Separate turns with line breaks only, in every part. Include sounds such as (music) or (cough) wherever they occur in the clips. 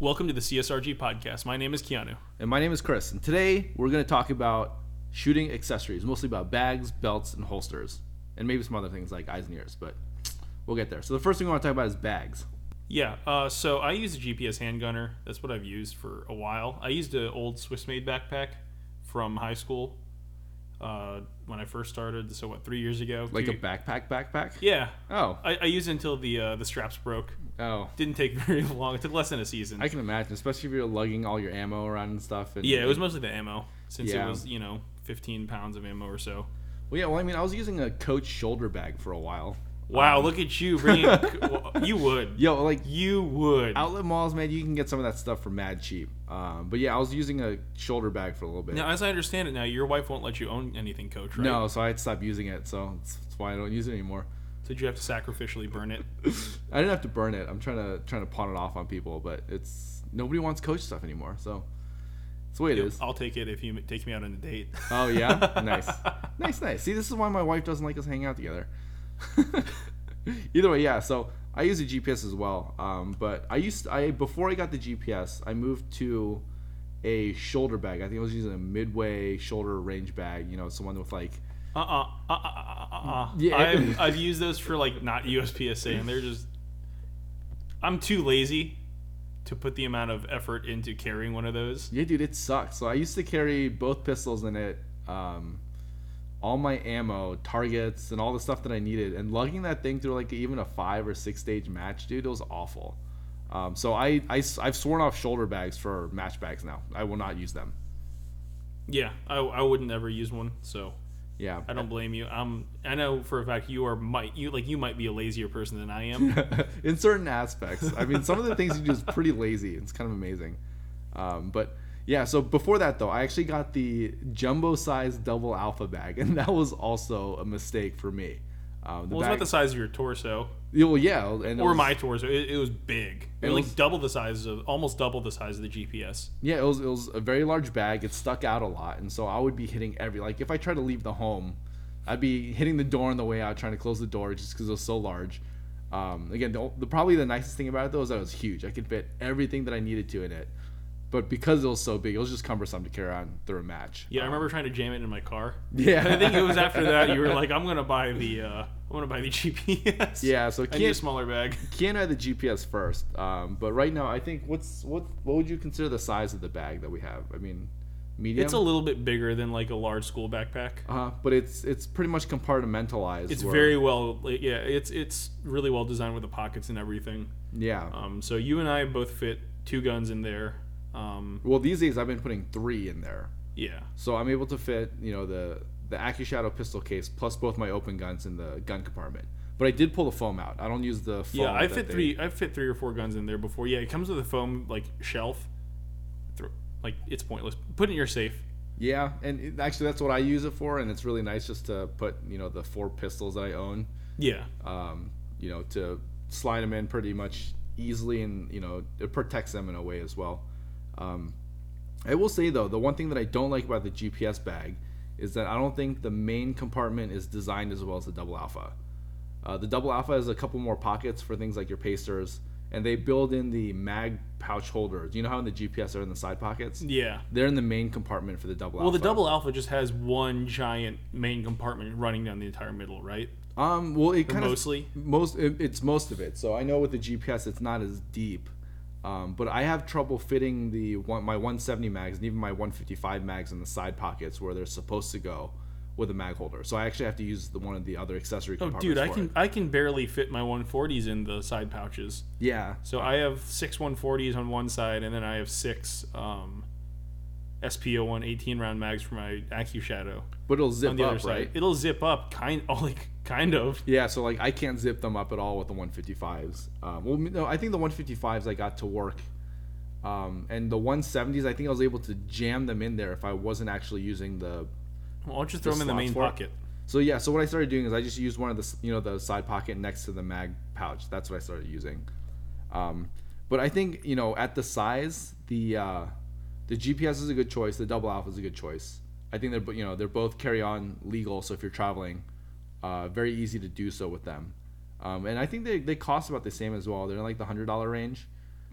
Welcome to the CSRG podcast. My name is Keanu.
And my name is Chris, and today we're going to talk about shooting accessories, mostly about bags, belts, and holsters, and maybe some other things like eyes and ears, but we'll get there. So, the first thing we want to talk about is bags.
Yeah, uh, so I use a GPS handgunner. That's what I've used for a while. I used an old Swiss made backpack from high school uh, when I first started. So, what, three years ago?
Like
Two-
a backpack backpack?
Yeah.
Oh,
I, I used it until the uh, the straps broke.
oh.
Didn't take (laughs) very long. It took less than a season.
I can imagine, especially if you're lugging all your ammo around and stuff. And
yeah, it was mostly the ammo since
Yeah.
it was, you know, 15 pounds of ammo or so.
Well, yeah, well, I mean, I was using a Coach shoulder bag for a while. Um.
Wow, look at you
(laughs)
bringing. you would.
Yo, like
You would.
outlet malls, man, you can get some of that stuff for mad cheap. Um, but yeah, I was using a shoulder bag for a little bit.
Now, as I understand it, now your wife won't let you own anything, Coach. Right?
No, so I had stopped using it, so that's, that's why I don't use it anymore.
So Did you have to sacrificially burn
(laughs)
it?
I didn't have to burn it. I'm trying to trying to pawn it off on people, but it's nobody wants coach stuff anymore, so it's the way it is.
I'll take it if you take me out on a
(laughs)
date.
Oh yeah, nice, nice, nice. See, this is why my wife doesn't like us hanging out together. (laughs) Either way, yeah. So I use a GPS as well, um, but I used I before I got the GPS, I moved to a shoulder bag. I think I was using a Midway shoulder range bag. You know, someone with like
Uh uh uh uh uh. uh.
Yeah.
I've, I've used those for like not USPSA, and they're just. I'm too lazy to put the amount of effort into carrying one of those.
Yeah, dude, it sucks. So I used to carry both pistols in it, um, all my ammo, targets, and all the stuff that I needed. And lugging that thing through like even a five or six stage match, dude, it was awful. Um, so I, I have sworn off shoulder bags for match bags now. I will not use them.
Yeah, I, I wouldn't ever use one, so
Yeah, (laughs)
I don't blame you. Um, I know for a fact you are might you like you might be a lazier person than I
(laughs)
am.
in certain aspects. I mean, some of the things you do is pretty lazy. It's kind of amazing. Um, but yeah, so before that though, I actually got the jumbo size double alpha bag, (laughs) and that was also a mistake for me. Um, the
Well, it's not
bag-
the size of your torso
Yeah, well, yeah, and it
or
was-
my torso. It, it was big. It,
It
was
was-
like double the size of almost double the size of the GPS.
yeah, it was it was a very large bag. It stuck out a lot, and so I would be hitting every like if I tried to leave the home, I'd be hitting the door on the way out, trying to close the door just because it was so large. Um, again, the, the probably the nicest thing about it though is that it was huge. I could fit everything that I needed to in it, but because it was so big, it was just cumbersome to carry on through a match. Um,
Yeah, I remember trying to jam it in my car.
Yeah.
I
(laughs)
think it was after that you were like, "I'm gonna buy the, uh, I'm gonna buy the GPS."
Yeah, so
I need a
Keanu,
smaller bag.
Keanu had the GPS first, um, but right now I think what's what what would you consider the size of the bag that we have? I mean, medium.
It's a little bit bigger than like a large school backpack.
Uh, but it's it's pretty much compartmentalized.
It's
where-
very well, like, yeah. It's it's really well designed with the pockets and everything.
yeah.
Um, so you and I both fit two guns in there. Um,
well, these days I've been putting three in there,
yeah,
so I'm able to fit you know the the AccuShadow pistol case plus both my open guns in the gun compartment. But I did pull the foam out. I don't use the foam.
yeah. I
that
fit
they-
three. I fit three or four guns in there before. Yeah, it comes with a foam like shelf. Thro- Like it's pointless. Put it in your safe.
Yeah, and it, actually that's what I use it for, and it's really nice just to put you know the four pistols that I own,
Yeah.
um, you know, to slide them in pretty much easily, and you know it protects them in a way as well. Um, I will say though, the one thing that I don't like about the GPS bag is that I don't think the main compartment is designed as well as the double alpha. Uh, the double alpha has a couple more pockets for things like your pasters, and they build in the mag pouch holders. You know how in the GPS are in the side pockets?
Yeah.
They're in the main compartment for the double
Well,
alpha.
the double alpha just has one giant main compartment running down the entire middle, right?
um, well, it kind of
Mostly.
most it, it's most of it. So I know with the GPS, it's not as deep. Um, but I have trouble fitting the one, my 170 mags and even my 155 mags in the side pockets where they're supposed to go with a mag holder. So I actually have to use the one of the other accessory
Oh,
compartments.
dude, I
for
can
it.
I can barely fit my 140s in the side pouches.
Yeah,
So I have six 140s on one side, and then I have six um, SPO1 18 round mags for my AccuShadow
but it'll zip
on the
up,
other side.
right?
It'll zip up, kind (laughs) oh, like kind of.
Yeah, so like I can't zip them up at all with the 155s. Um, well, no, I think the 155s I got to work, um, and the 170s I think I was able to jam them in there if I wasn't actually using the
Well, I'll just throw them in the
slots
main
for it?
pocket.
So yeah, so what I started doing is I just used one of the s- you know the side pocket next to the mag pouch. That's what I started using. Um, but I think you know at the size, the uh, the GPS is a good choice. The double alpha is a good choice. I think they're bo- you know they're both carry on legal. So if you're traveling, uh, very easy to do so with them. Um, and I think they, they cost about the same as well. They're in like the hundred dollar range.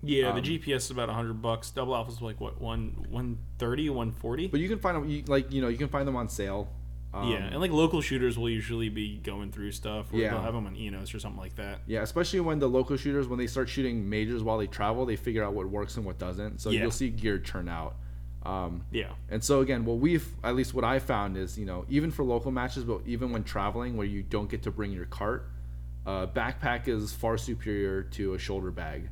Yeah, the GPS is about hundred bucks. Double alpha's like what one one thirty, one forty.
But you can find them you, like you know you can find them on sale. Um,
Yeah, and like local shooters will usually be going through stuff, or
Yeah.
they'll have them on Enos or something like that.
Yeah, especially when the local shooters, when they start shooting majors while they travel, they figure out what works and what doesn't. So
Yeah.
you'll see gear churn out. Um,
Yeah,
and so again, what we've at least what I found is you know even for local matches, but even when traveling where you don't get to bring your cart, uh, backpack is far superior to a shoulder bag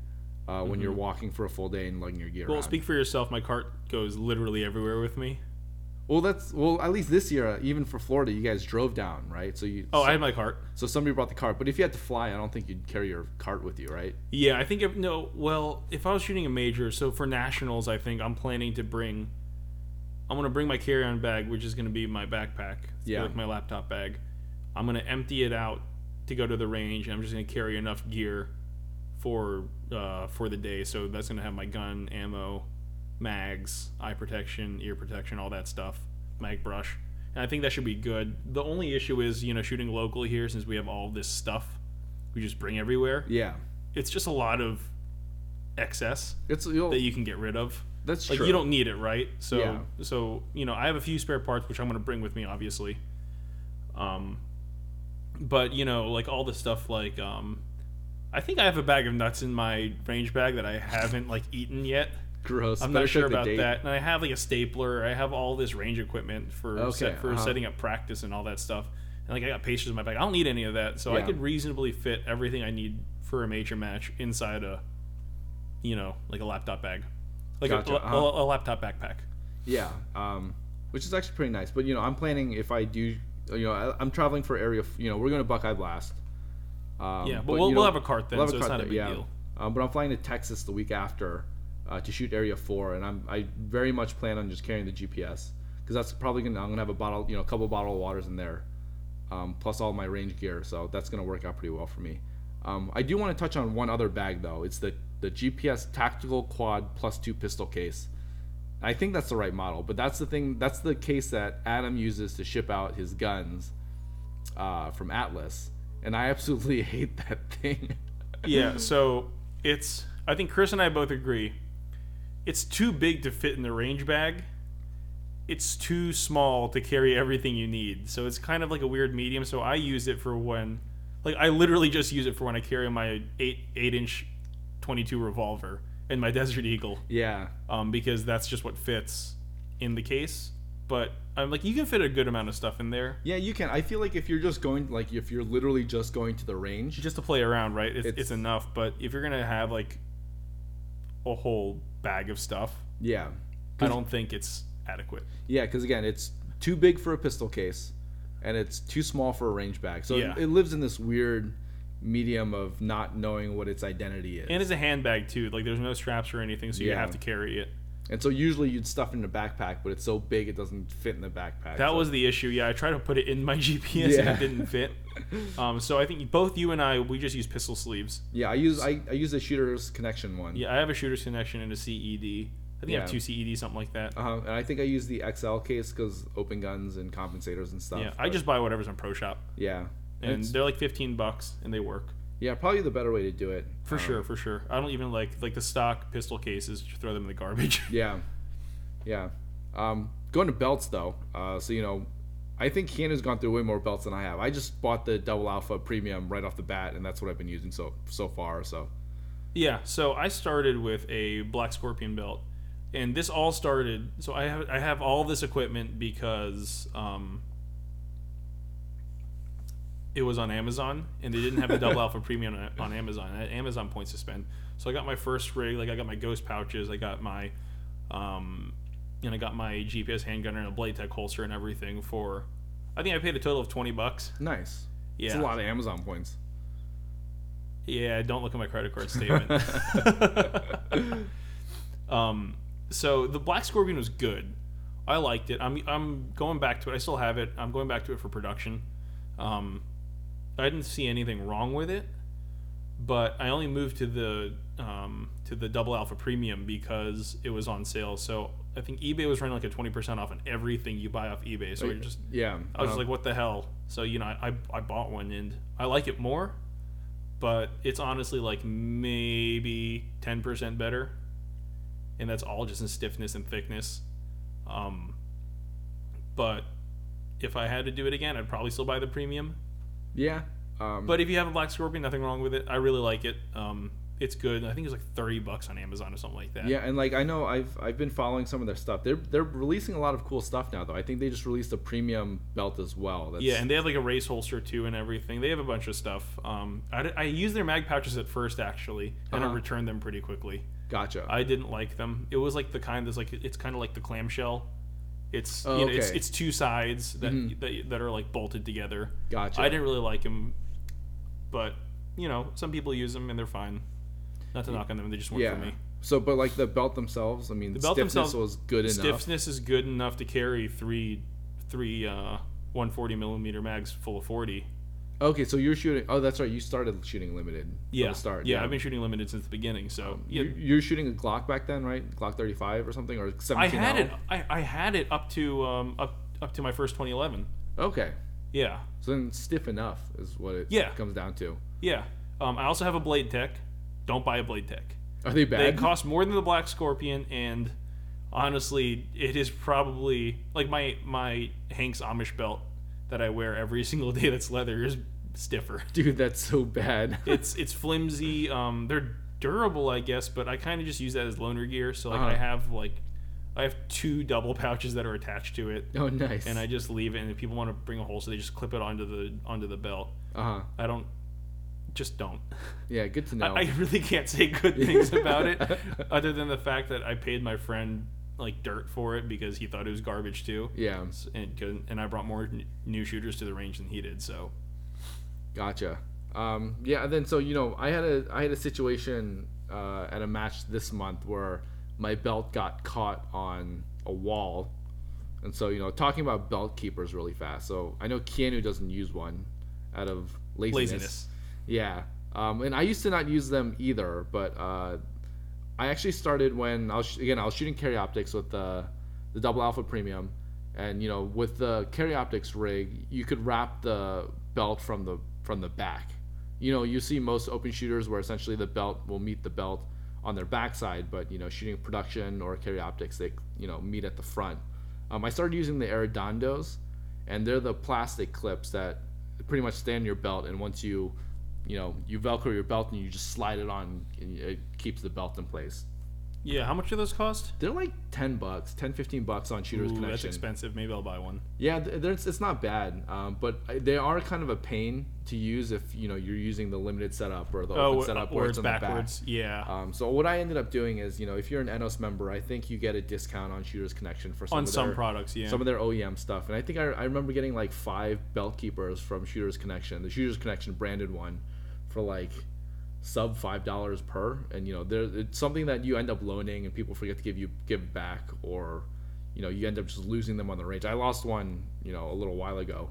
uh, when you're walking for a full day and lugging your gear.
Mm-hmm. Well,
around.
speak for yourself. My cart goes literally everywhere with me.
well, that's well at least this year, uh, even for Florida, you guys drove down, right? So you
Oh,
so,
I had my cart.
so somebody brought the cart, but if you had to fly, I don't think you'd carry your cart with you, right?
Yeah, I think if, no. Well, if I was shooting a major, so for nationals, I think I'm planning to bring. I'm gonna bring my carry-on bag, which is gonna be my backpack. It's
Yeah.
like my laptop bag. I'm gonna empty it out to go to the range, and I'm just gonna carry enough gear for uh, for the day. So that's gonna have my gun, ammo, mags, eye protection, ear protection, all that stuff, mag brush, and I think that should be good. The only issue is, you know, shooting local here since we have all this stuff we just bring everywhere
Yeah,
it's just a lot of excess
it's you'll,
that you can get rid of.
that's
Like
true.
you don't need it, right? So
Yeah.
so you know, I have a few spare parts which I'm going to bring with me obviously. Um but you know, like all the stuff like um I think I have a bag of nuts in my range bag that I haven't like eaten yet.
Gross.
I'm
Better
not sure
check the
about
date.
that. And I have like a stapler. I have all this range equipment for set,
Okay,
for
uh-huh.
setting up practice and all that stuff. And like I got pastries in my bag. I don't need any of that, so I
Yeah.
could reasonably fit everything I need for a major match inside a, you know, like a laptop bag, like a-
Gotcha,
a,
uh-huh.
a- a laptop backpack.
Yeah, um, which is actually pretty nice. But you know, I'm planning if I do, you know, I, I'm traveling for area. f- You know, we're going to Buckeye Blast. Um,
Yeah, but,
you
we'll,
know,
we'll have a cart then,
we'll have
so it's
cart
not a
there,
big
yeah.
deal.
Um, but I'm flying to Texas the week after uh, to shoot Area Four, and I'm I very much plan on just carrying the GPS because that's probably gonna I'm gonna have a bottle, you know, a couple bottle of waters in there, um, plus all my range gear. So that's gonna work out pretty well for me. Um, I do want to touch on one other bag though. It's the the GPS Tactical Quad Plus Two Pistol Case. I think that's the right model, but that's the thing. That's the case that Adam uses to ship out his guns uh, from Atlas, and I absolutely (laughs) hate that thing.
Yeah, so it's I think Chris and I both agree. It's too big to fit in the range bag. It's too small to carry everything you need. So it's kind of like a weird medium. So I use it for when like I literally just use it for when I carry my eight eight inch twenty two revolver and my (laughs) Desert Eagle.
yeah,
Um, because that's just what fits in the case. But I'm like you can fit a good amount of stuff in there.
Yeah, you can. I feel like if you're just going, like if you're literally just going to the range,
just to play around, right? It's, it's,
It's-
enough. But if you're gonna have like a whole bag of stuff,
yeah,
I don't think it's adequate.
yeah. Because again, it's too big for a pistol case, and it's too small for a range bag. So
Yeah.
it, it lives in this weird medium of not knowing what its identity is.
And it's a handbag too. Like there's no straps or anything, so you
Yeah.
have to carry it.
and so usually you'd stuff it in a backpack, but it's so big it doesn't fit in the backpack.
That
so-
was the issue. Yeah, I tried to put it in my (laughs) GPS and
Yeah.
it didn't
(laughs)
fit. Um, so I think both you and I we just use pistol sleeves.
yeah. I use I, I use the shooter's connection one.
Yeah, I have a shooter's connection and a CED. I think I
Yeah.
have two CED, something like that.
Uh-huh, and I think I use the XL case because open guns and compensators and stuff.
yeah, I
but-
just buy whatever's on Pro Shop,
yeah,
and
It's-
they're like 15 bucks, and they work.
yeah, probably the better way to do it.
For sure, for sure. I don't even like like the stock pistol cases. Just throw them in the garbage.
Yeah, yeah. Um, going to belts though, uh, so you know, I think Keanu's gone through way more belts than I have. I just bought the double alpha premium right off the bat, and that's what I've been using so so far. So
yeah. So I started with a black scorpion belt, and this all started. So I have I have all this equipment because um, it was on Amazon, and they didn't have the
(laughs)
double alpha premium on, on Amazon. I had Amazon points to spend, so I got my first rig. Like I got my ghost pouches. I got my um, and I got my GPS handgun and a blade tech holster and everything for. I think I paid a total of twenty bucks.
nice.
Yeah,
It's a lot of Amazon points.
Yeah, don't look at my credit card statement. (laughs) um, so the Black Scorpion was good. I liked it. I'm I'm going back to it. I still have it. I'm going back to it for production. Um, I didn't see anything wrong with it, but I only moved to the um, to the double alpha premium because it was on sale. So I think eBay was running like a twenty percent off on everything you buy off eBay. So you're just
Yeah.
I was
uh,
just like, what the hell? So you know, I, I bought one and I like it more, but it's honestly like maybe 10% better. And that's all just in stiffness and thickness. Um, but if I had to do it again, I'd probably still buy the premium.
Yeah. Um,
But if you have a Black Scorpion, nothing wrong with it. I really like it. Um, it's good. I think it was like 30 bucks on Amazon or something like that.
yeah, and like I know I've I've been following some of their stuff. They're they're releasing a lot of cool stuff now though. I think they just released a premium belt as well. That's,
Yeah, and they have like a race holster too and everything. They have a bunch of stuff. Um, I, d- I used their mag pouches at first actually, and I
Uh-huh.
returned them pretty quickly.
gotcha.
I didn't like them. It was like the kind that's like it's kind of like the clamshell. It's you know, it's
Oh, okay. Mm-hmm.
it's two sides that, that that are like bolted together.
gotcha.
I didn't really like them, but you know some people use them and they're fine. Not to knock on them, they just weren't
yeah.
for me.
So, but like the belt themselves, I mean,
belt
stiffness
themselves-
was good enough.
Stiffness is good enough to carry three three uh, 140 millimeter mags full of 40.
Okay, so you're shooting. Oh, that's right. You started shooting limited. from
Yeah,
the start.
yeah, I've been shooting limited since the beginning, so yeah,
You- You're shooting a Glock back then, right? Glock 35 or something, or 17.
I had
now?
it. I, I had it up to um, up up to my first 2011.
Okay,
Yeah,
so then stiff enough is what it
Yeah.
comes down to.
yeah. Um, I also have a Blade Tech. Don't buy a Blade Tech.
Are they
They
bad?
cost more than the Black Scorpion, and honestly, it is probably like my my Hank's Amish belt that I wear every (laughs) single day. That's leather is stiffer.
(laughs) Dude, that's so bad.
It's it's flimsy. Um, they're durable, I guess, but I kind of just use that as loaner gear. So like I
Uh-huh.
have like I have two double pouches that are attached to it.
(laughs) oh, nice.
and I just leave it. And if people want to bring a hole, so they just clip it onto the onto the belt.
Uh huh.
I don't, just don't.
Yeah, good to know.
I really can't say good things about
(laughs)
it, other than the fact that I paid my friend like dirt for it because he thought it was garbage too,
yeah,
and couldn't- and I brought more n- new shooters to the range than he did. So
gotcha. Um, yeah, and then so you know, I had a I had a situation uh, at a match this month where my belt got caught on a wall, and so you know, talking about belt keepers really fast. So I know Keanu doesn't use one out of
laziness.
Yeah. Um, and I used to not use them either, but uh, I actually started when I was again I was shooting carry optics with the the double alpha premium, and you know with the carry optics rig you could wrap the belt from the from the back. You know you see most open shooters where essentially the belt will meet the belt on their backside, but you know shooting production or carry optics they you know meet at the front. Um, I started using the Aerodondos, and they're the plastic clips that pretty much stay on your belt. And once you, you know, you velcro your belt and you just slide it on, and it keeps the belt in place.
Yeah, how much do those cost?
They're like 10 bucks, 10, 15 bucks on Shooter's
Ooh, that's
Connection.
expensive. Maybe I'll buy one.
yeah, th- they're- it's, it's not bad, um, but I- they are kind of a pain to use if, you know, you're using the limited setup or the
Oh,
open setup
or
where
it's
on the back.
backwards. Yeah,
Um, so what I ended up doing is, you know, if you're an Enos member, I think you get a discount on Shooter's Connection for some
on
of
some
their-
products. Yeah,
some of their OEM stuff. And I think I, I remember getting like five belt keepers from Shooters Connection, the Shooters Connection branded one, for like sub five dollars per. And you know, there it's something that you end up loaning and people forget to give you give back, or you know, you end up just losing them on the range. I lost one, you know, a little while ago.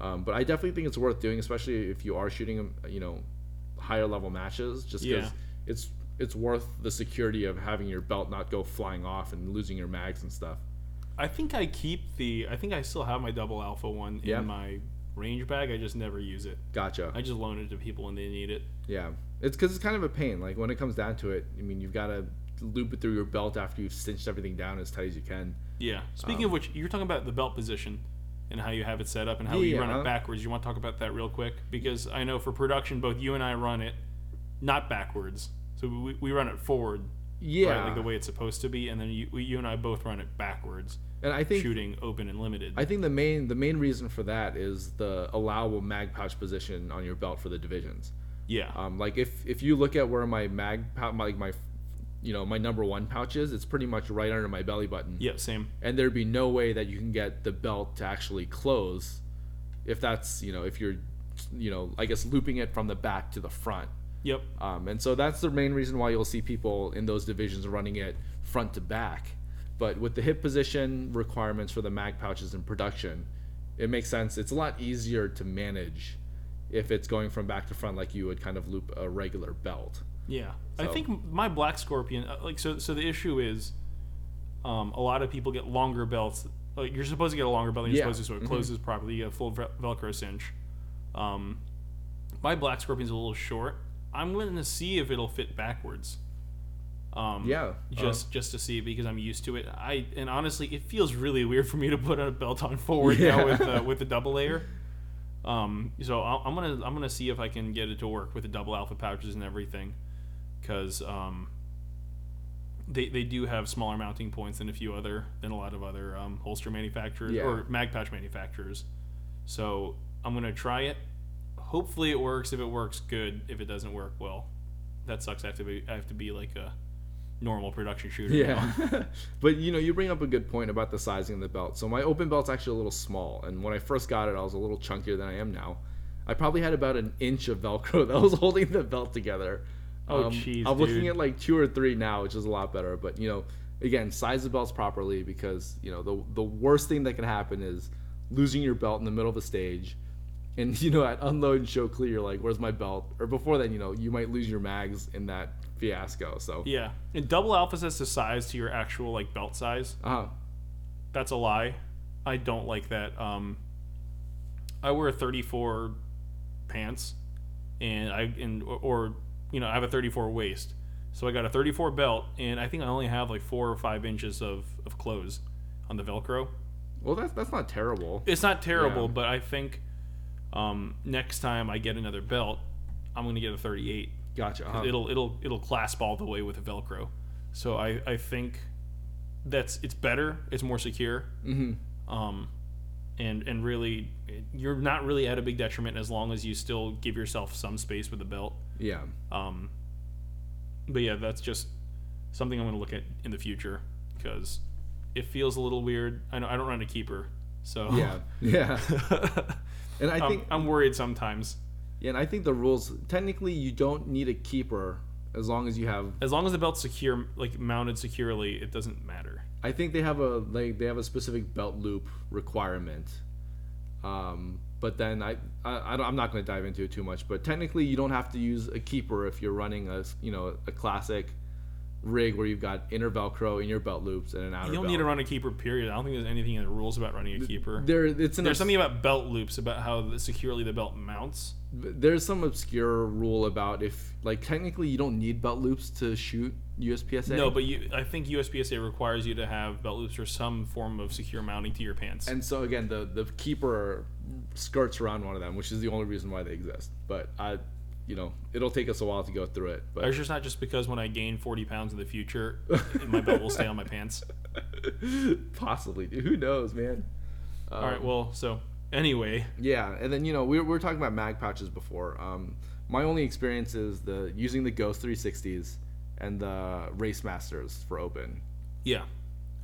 Um, but I definitely think it's worth doing, especially if you are shooting, you know, higher level matches, just because
Yeah.
it's it's worth the security of having your belt not go flying off and losing your mags and stuff.
I think I keep the. I think I still have my double alpha one
Yeah.
in my range bag. I just never use it.
Gotcha.
I just loan it to people when they need it.
Yeah, it's because it's kind of a pain. Like when it comes down to it, I mean, you've got to loop it through your belt after you've cinched everything down as tight as you can.
Yeah. Speaking of which, you're talking about the belt position and how you have it set up and how you run
Yeah.
it backwards. You want to talk about that real quick because I know for production, both you and I run it not backwards. So we, we run it forward,
Yeah,
right, like the way it's supposed to be, and then you, we, you and I both run it backwards,
and I think
shooting open and limited.
I think the main the main reason for that is the allowable mag pouch position on your belt for the divisions.
yeah.
Um, like if if you look at where my mag pouch, my, like my, you know, my number one pouch is, it's pretty much right under my belly button.
yeah. Same.
and there'd be no way that you can get the belt to actually close if that's you know if you're you know i guess looping it from the back to the front
Yep.
um, and so that's the main reason why you'll see people in those divisions running it front to back but with the hip position requirements for the mag pouches in production it makes sense it's a lot easier to manage if it's going from back to front like you would kind of loop a regular belt
Yeah, I
So-
think m- my black scorpion uh, like so. So the issue is, um, a lot of people get longer belts. Like you're supposed to get a longer belt. than You're
Yeah, Mm-hmm.
supposed to so it closes properly. You get a full vel- Velcro cinch. Um, my black scorpion's a little short, I'm going to see if it'll fit backwards. Um,
Yeah, uh,
Just just to see because I'm used to it. I and honestly, it feels really weird for me to put a belt on forward now
Yeah.
with
(laughs)
uh, with the double layer. Um, so I'll, I'm gonna I'm gonna see if I can get it to work with the double alpha pouches and everything, because um, they they do have smaller mounting points than a few other than a lot of other um, holster manufacturers
Yeah.
or mag pouch manufacturers. So I'm gonna try it. Hopefully it works. If it works, good. If it doesn't work, well, that sucks. I have to be I have to be like a normal production shooter. now.
Yeah.
(laughs)
but you know, you bring up a good point about the sizing of the belt. So my open belt's actually a little small, and when I first got it, I was a little chunkier than I am now. I probably had about an inch of Velcro (laughs) that was holding the belt together. Um,
Oh, jeez,
I'm
dude.
looking at like two or three now, which is a lot better. But you know, again, size the belts properly because you know the the worst thing that can happen is losing your belt in the middle of a stage. And (laughs) you know, at unload and show clear, you're like, "Where's my belt?" Or before then, you know, you might lose your mags in that fiasco. So,
Yeah. And double alpha sets the size to your actual like belt size.
uh,
That's a lie. I don't like that. Um, I wear 34 pants, and I and or, or you know I have a 34 waist, so I got a 34 belt, and I think I only have like four or five inches of of clothes on the Velcro.
well, that's that's not terrible.
It's not terrible,
Yeah.
but I think um, next time I get another belt, I'm gonna get a 38.
Gotcha.
'Cause
Uh-huh.
It'll it'll it'll clasp all the way with a Velcro, so I I think that's it's better. It's more secure.
hmm
um, and and really you're not really at a big detriment as long as you still give yourself some space with the belt
Yeah.
um, but yeah that's just something i'm going to look at in the future because it feels a little weird i know i don't run a keeper so
Yeah. Yeah. And I
I
think
I'm worried sometimes
yeah, and I think the rules technically you don't need a keeper as long as you have
as long as the belt's secure like mounted securely it doesn't matter
I think they have a like they have a specific belt loop requirement. Um but then I, I I don't- I'm not going to dive into it too much, but technically you don't have to use a keeper if you're running a s- you know a classic rig where you've got inner velcro in your belt loops and an outer
you don't
belt.
need to run a keeper period i don't think there's anything in the rules about running a keeper
there it's an
there's
obs-
something about belt loops about how the- securely the belt mounts
there's some obscure rule about if like technically you don't need belt loops to shoot USPSA.
No, but you, I think USPSA requires you to have belt loops or some form of secure mounting to your pants.
and so again the the keeper skirts around one of them, which is the only reason why they exist. But I, you know, it'll take us a while to go through it.
I
But
was just not just because when I gain 40 pounds in the future, my belt will stay on my
(laughs)
pants.
possibly, dude. who knows, man? Um,
All right, well, so anyway,
Yeah, and then you know we were, we were talking about mag pouches before. Um, my only experience is the using the Ghost 360s and the Race Masters for open.
yeah,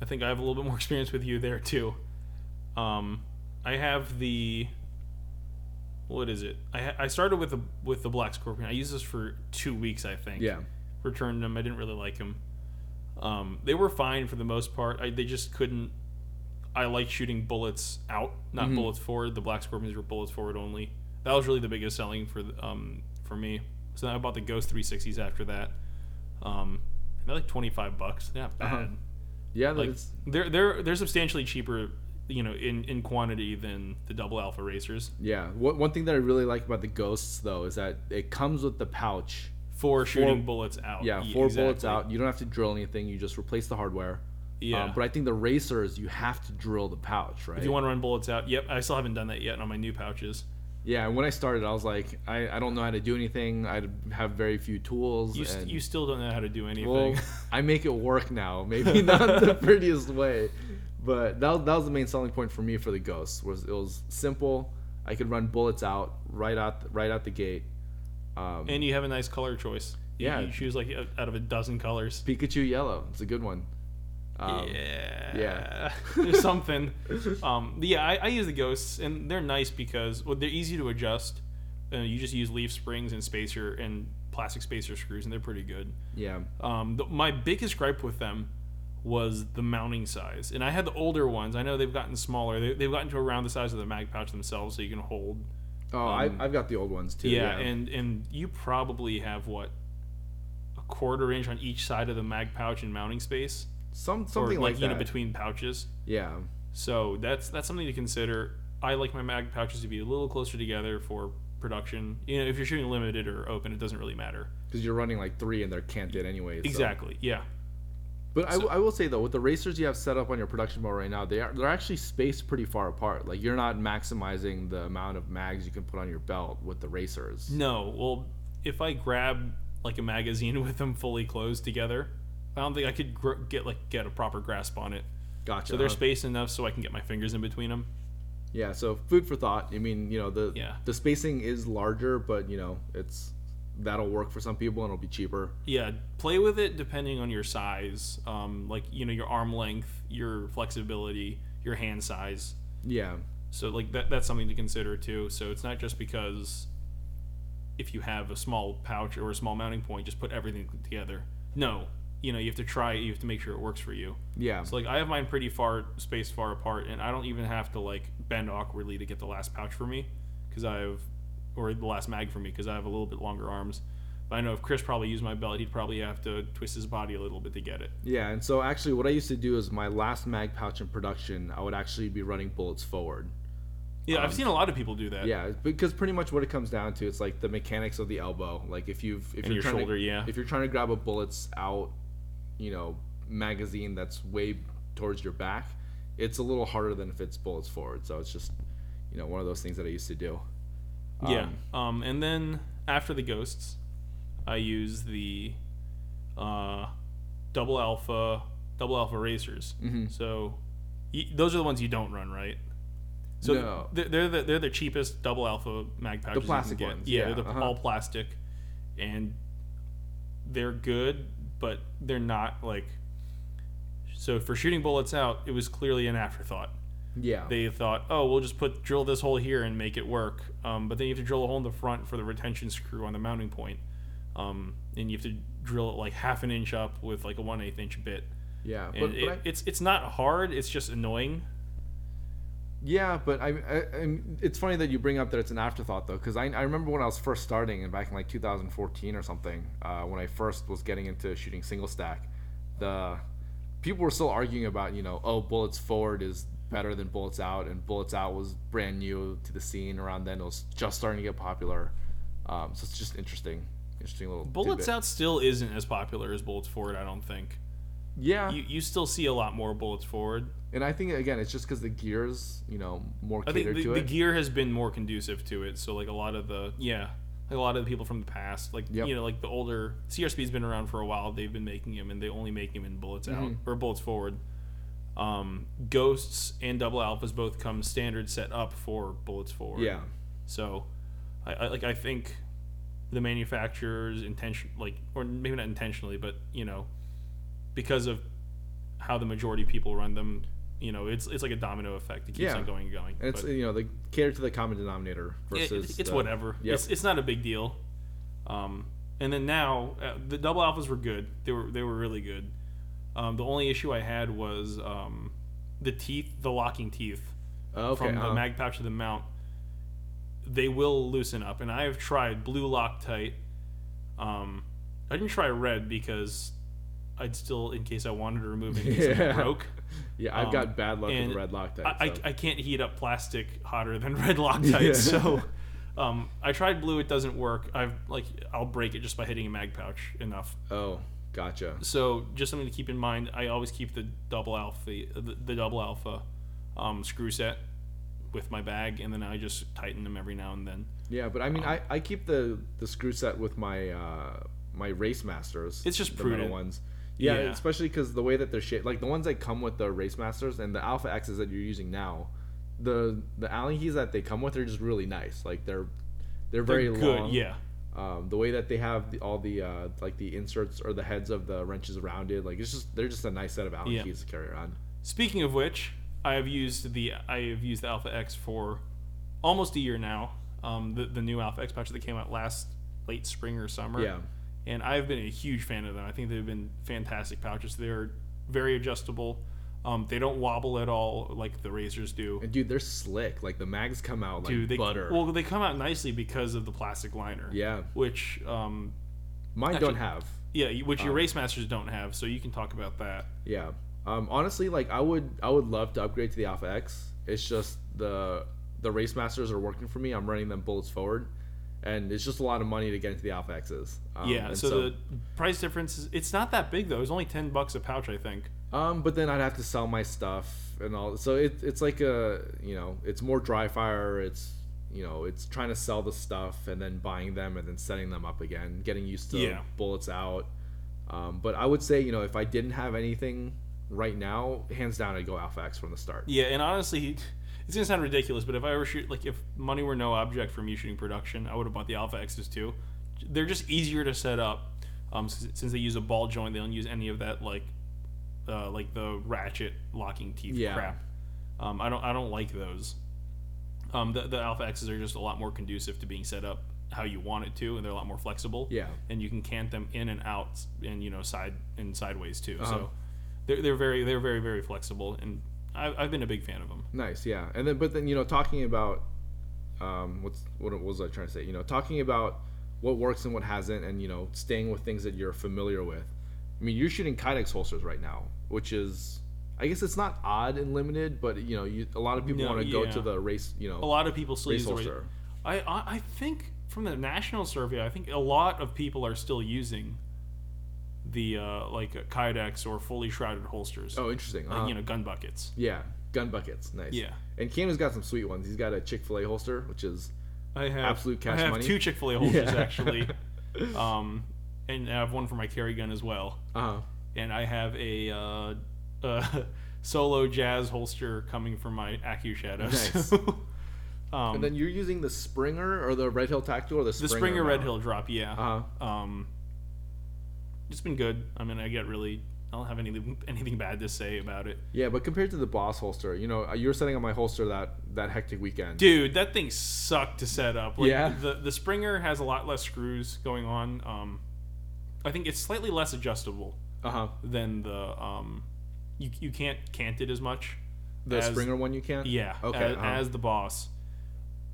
I think I have a little bit more (laughs) experience with you there too. Um, I have the what is it? I, ha- I started with the with the black scorpion. I used this for two weeks, I think.
Yeah,
returned them. I didn't really like them. Um, they were fine for the most part. I, they just couldn't. I like shooting bullets out, not
Mm-hmm.
bullets forward. The Black Scorpions were bullets forward only. That was really the biggest selling for the- um, for me. So then I bought the Ghost 360s after that. Um, and they're like 25 bucks. They're not bad.
Uh-huh. yeah,
Like
that's
they're they're they're substantially cheaper, you know, in in quantity than the double alpha racers
Yeah. One one thing that I really like about the ghosts though is that it comes with the pouch.
for shooting bullets out.
Yeah, four bullets
Oh, e, exactly.
out. Um, You don't have to drill anything. You just replace the hardware.
Yeah.
but I think the racers you have to drill the pouch, right?
if you want to run bullets out, yep. I still haven't done that yet on my new pouches.
yeah. And when I started, I was like, I, I don't know how to do anything. I have very few tools.
You, st-
and,
you still don't know how to do anything.
well, (laughs) I make it work now. Maybe not the prettiest way, but that was, that was the main selling point for me for the ghosts. Was it was simple. I could run bullets out right out right out the gate. Um,
(laughs) and you have a nice color choice. You-
Yeah.
You choose like o- out of a dozen colors.
Pikachu yellow. It's a good one. Um,
yeah.
(laughs) yeah.
There's something. Um, yeah, I, I use the ghosts, and they're nice because well, they're easy to adjust. Uh, you just use leaf springs and spacer and plastic spacer screws, and they're pretty good.
Yeah.
Um, the, my biggest gripe with them was the mounting size. And I had the older ones. I know they've gotten smaller. They, they've gotten to around the size of the mag pouch themselves, so you can hold
Oh, I, I've got the old ones too.
Um, yeah, and and you probably have what a quarter inch on each side of the mag pouch and mounting space,
some something
or
like,
like, you
that.
know between pouches.
yeah,
So that's that's something to consider. I like my mag pouches to be a little closer together for production. You know, if you're shooting limited or open, it doesn't really matter.
because you're running like three and they're can't get anyways. so.
Exactly. Yeah.
But I, w- I will say though, with the racers you have set up on your production board right now, they are they're actually spaced pretty far apart. Like you're not maximizing the amount of mags you can put on your belt with the racers.
No. Well, if I grab like a magazine (laughs) with them fully closed together, I don't think I could gr- get like get a proper grasp on it.
Gotcha.
So they're
huh?
spaced enough so I can get my fingers in between them.
Yeah, so food for thought. I mean, you know, the
Yeah.
the spacing is larger, but you know, it's that'll work for some people and it'll be cheaper.
Yeah, play with it depending on your size, um, like you know your arm length, your flexibility, your hand size.
Yeah.
So like that that's something to consider too. So it's not just because if you have a small pouch or a small mounting point, just put everything together. No, you know you have to try it. You have to make sure it works for you.
Yeah.
So like I have mine pretty far spaced far apart, and I don't even have to like bend awkwardly to get the last pouch for me, because I have, or the last mag for me, because I have a little bit longer arms. But I know if Chris probably used my belt, he'd probably have to twist his body a little bit to get it.
Yeah, and so actually, what I used to do is my last mag pouch in production, I would actually be running bullets forward.
Yeah, I've seen a lot of people do that.
Yeah, because pretty much what it comes down to, it's like the mechanics of the elbow. Like if you've if you're
your
trying
shoulder,
to,
yeah.
if you're trying to grab a bullets out, you know, magazine that's way towards your back, it's a little harder than if it's bullets forward. So it's just, you know, one of those things that I used to do.
Yeah. Um, and then after the ghosts, I use the uh, double alpha double alpha racers.
Mm-hmm.
So y those are the ones you don't run, right? So
No.
th- they're the they're the cheapest double alpha mag pouches. you can
plastic
get.
ones,
Yeah,
yeah,
they're the,
uh-huh.
all plastic, and they're good, but they're not like. So for shooting bullets out, it was clearly an afterthought
Yeah.
they thought, oh, we'll just put drill this hole here and make it work. Um, but then you have to drill a hole in the front for the retention screw on the mounting point, um, and you have to drill it like half an inch up with like a one eighth inch bit.
yeah. But,
And
but
it,
I,
it's it's not hard. It's just annoying.
Yeah, but I, I, I'm- it's funny that you bring up that it's an afterthought though, because I, I remember when I was first starting, and back in like 2014 or something, uh, when I first was getting into shooting single stack, the people were still arguing about you know, oh, bullets forward is better than bullets out, and bullets out was brand new to the scene around then. It was just starting to get popular, um, so it's just interesting, interesting little
Bullets
tidbit.
out still isn't as popular as bullets forward. I don't think
Yeah,
you you still see a lot more bullets forward.
and I think again, it's just because the gears, you know, more
I think
catered
the,
to
the
it.
gear has been more conducive to it. So like a lot of the yeah, like a lot of the people from the past, like
Yep.
you know, like the older CRSP's been around for a while. They've been making them, and they only make them in bullets out
Mm-hmm.
or bullets forward. Um, Ghosts and Double Alphas both come standard set up for bullets forward.
yeah,
So, I, I like I think the manufacturers intention like or maybe not intentionally, but you know, because of how the majority of people run them, you know, it's it's like a domino effect. It keeps
Yeah.
on going and going.
and it's
but-
you know, they cater to the common denominator
it-
versus
it's, it's
the-
whatever.
Yep.
It's, it's not a big deal. Um, and then now uh, the double alphas were good. They were they were really good. Um, the only issue I had was um, the teeth, the locking teeth
Okay.
from the
uh,
mag pouch to the mount. They will loosen up, and I have tried blue Loctite. Um, I didn't try red because I'd still, in case I wanted to remove it, in case
(laughs) Yeah.
it broke.
yeah, I've
um,
got bad luck
and
with red Loctite.
I,
so-
I, I can't heat up plastic hotter than (laughs)
(laughs)
red Loctite,
Yeah.
so um, I tried blue. It doesn't work. I've like I'll break it just by hitting a mag pouch enough.
oh, gotcha.
So just something to keep in mind. I always keep the double alpha, the, the double alpha um, screw set with my bag, and then I just tighten them every now and then.
Yeah, but I mean, I, I keep the the screw set with my uh, my race masters.
It's just
the metal
prudent.
ones. Yeah,
Yeah.
especially because the way that they're shaped, like the ones that come with the race masters and the Alpha X's that you're using now, the the Allen keys that they come with are just really nice. Like they're they're very
They're
long.
yeah.
Um, the way that they have the, all the uh, like the inserts or the heads of the wrenches rounded, like it's just they're just a nice set of Allen
Yeah.
keys to carry around.
Speaking of which, I have used the I have used the Alpha X for almost a year now. Um, the the new Alpha X patch that came out last late spring or summer.
Yeah.
and I've been a huge fan of them. I think they've been fantastic pouches. They're very adjustable. Um, they don't wobble at all like the razors do.
And dude, they're slick. Like the mags come out like
Dude, they
butter.
well they come out nicely because of the plastic liner.
yeah,
Which um
mine
Actually-
don't have.
yeah, you- which
Um,
your race masters don't have, so you can talk about that.
Yeah. Um, honestly, like I would, I would love to upgrade to the Alpha X. It's just the the race masters are working for me. I'm running them bullets forward, and it's just a lot of money to get into the Alpha X's. Um,
yeah.
and
So, the price difference is it's not that big though. It's only ten bucks a pouch, I think.
Um, but then I'd have to sell my stuff and all. So it, it's like a you know, it's more dry fire. It's you know, it's trying to sell the stuff and then buying them and then setting them up again, getting used to
Yeah.
bullets out. Um, but I would say you know, if I didn't have anything right now, hands down, I'd go Alphax from the start.
Yeah, and honestly, it's gonna sound ridiculous, but if I were shoot like if money were no object for me shooting production, I would have bought the Alpha X's too. They're just easier to set up. Um, s- since they use a ball joint, they don't use any of that like, uh, like the ratchet locking teeth
Yeah.
crap. Um, I don't I don't like those. Um, the, the Alpha X's are just a lot more conducive to being set up how you want it to, and they're a lot more flexible.
Yeah.
and you can cant them in and out, and you know side and sideways too.
Uh-huh.
So they're, they're very they're very very flexible, and I've, I've been a big fan of them.
Nice, yeah. And then, but then you know, talking about um, what's what was I trying to say? You know, talking about what works and what hasn't, and you know, staying with things that you're familiar with. I mean, you're shooting Kydex holsters right now, which is, I guess it's not odd and limited, but you know, you, a lot of people
No,
want to go
yeah.
to the race, you
A
know,
lot of people still
race
use the ra-
holster.
I, I I think from the national survey, I think a lot of people are still using the uh, like uh, kydex or fully shrouded holsters,
Oh, interesting.
like,
Uh-huh.
you know, gun buckets.
yeah, gun buckets, nice.
Yeah,
And Cam's got some sweet ones. He's got a Chick Fil A holster, which is
I have
Absolute cash
I have
money.
two Chick Fil A holsters (laughs)
Yeah.
actually, um, and I have one for my carry gun as well.
uh,
and I have a uh, (laughs) uh, solo jazz holster coming from my Accu Shadow.
Nice.
(laughs) So, um,
and then you're using the Springer or the Red Hill Tactical or the
the
Springer
Springer Red
mount?
Hill drop, yeah.
Uh-huh.
Um, it's been good. I mean, I get really. I don't have anything anything bad to say about it,
Yeah, but compared to the boss holster, you know, uh, you were setting up my holster that that hectic weekend.
dude. That thing sucked to set up. Like,
Yeah.
The the Springer has a lot less screws going on. Um, I think it's slightly less adjustable
Uh huh.
than the um, you you can't cant it as much.
The
as-
Springer one you can't.
Yeah,
Okay,
as,
uh-huh.
as the boss.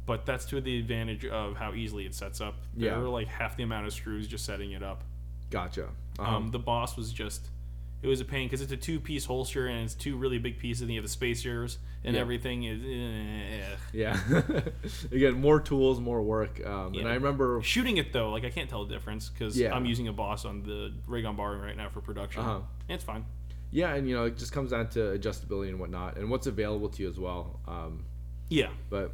But that's to the advantage of how easily it sets up. There
Yeah.
were like half the amount of screws just setting it up.
Gotcha. Uh-huh.
Um, the boss was just, it was a pain because it's a two piece holster and it's two really big pieces and you have the spacers and
Yeah.
everything is. eh.
yeah. (laughs) Again, more tools, more work. Um, And
Yeah.
I remember.
Shooting it though, like I can't tell the difference because
Yeah.
I'm using a boss on the ray gun bar right now for production.
Uh-huh.
And It's fine.
Yeah, and you know, it just comes down to adjustability and whatnot, and what's available to you as well. Um,
Yeah.
but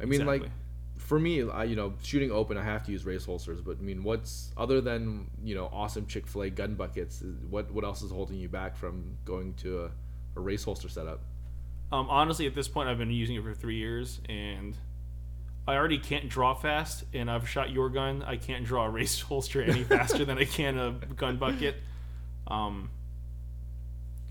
I mean, like.
Exactly.
For me, I, you know, shooting open, I have to use race holsters. But I mean, what's other than you know, awesome Chick Fil A gun buckets? What what else is holding you back from going to a, a race holster setup?
Um, honestly, at this point, I've been using it for three years, and I already can't draw fast. And I've shot your gun. I can't draw a race (laughs) holster any faster than I can a gun bucket. Um,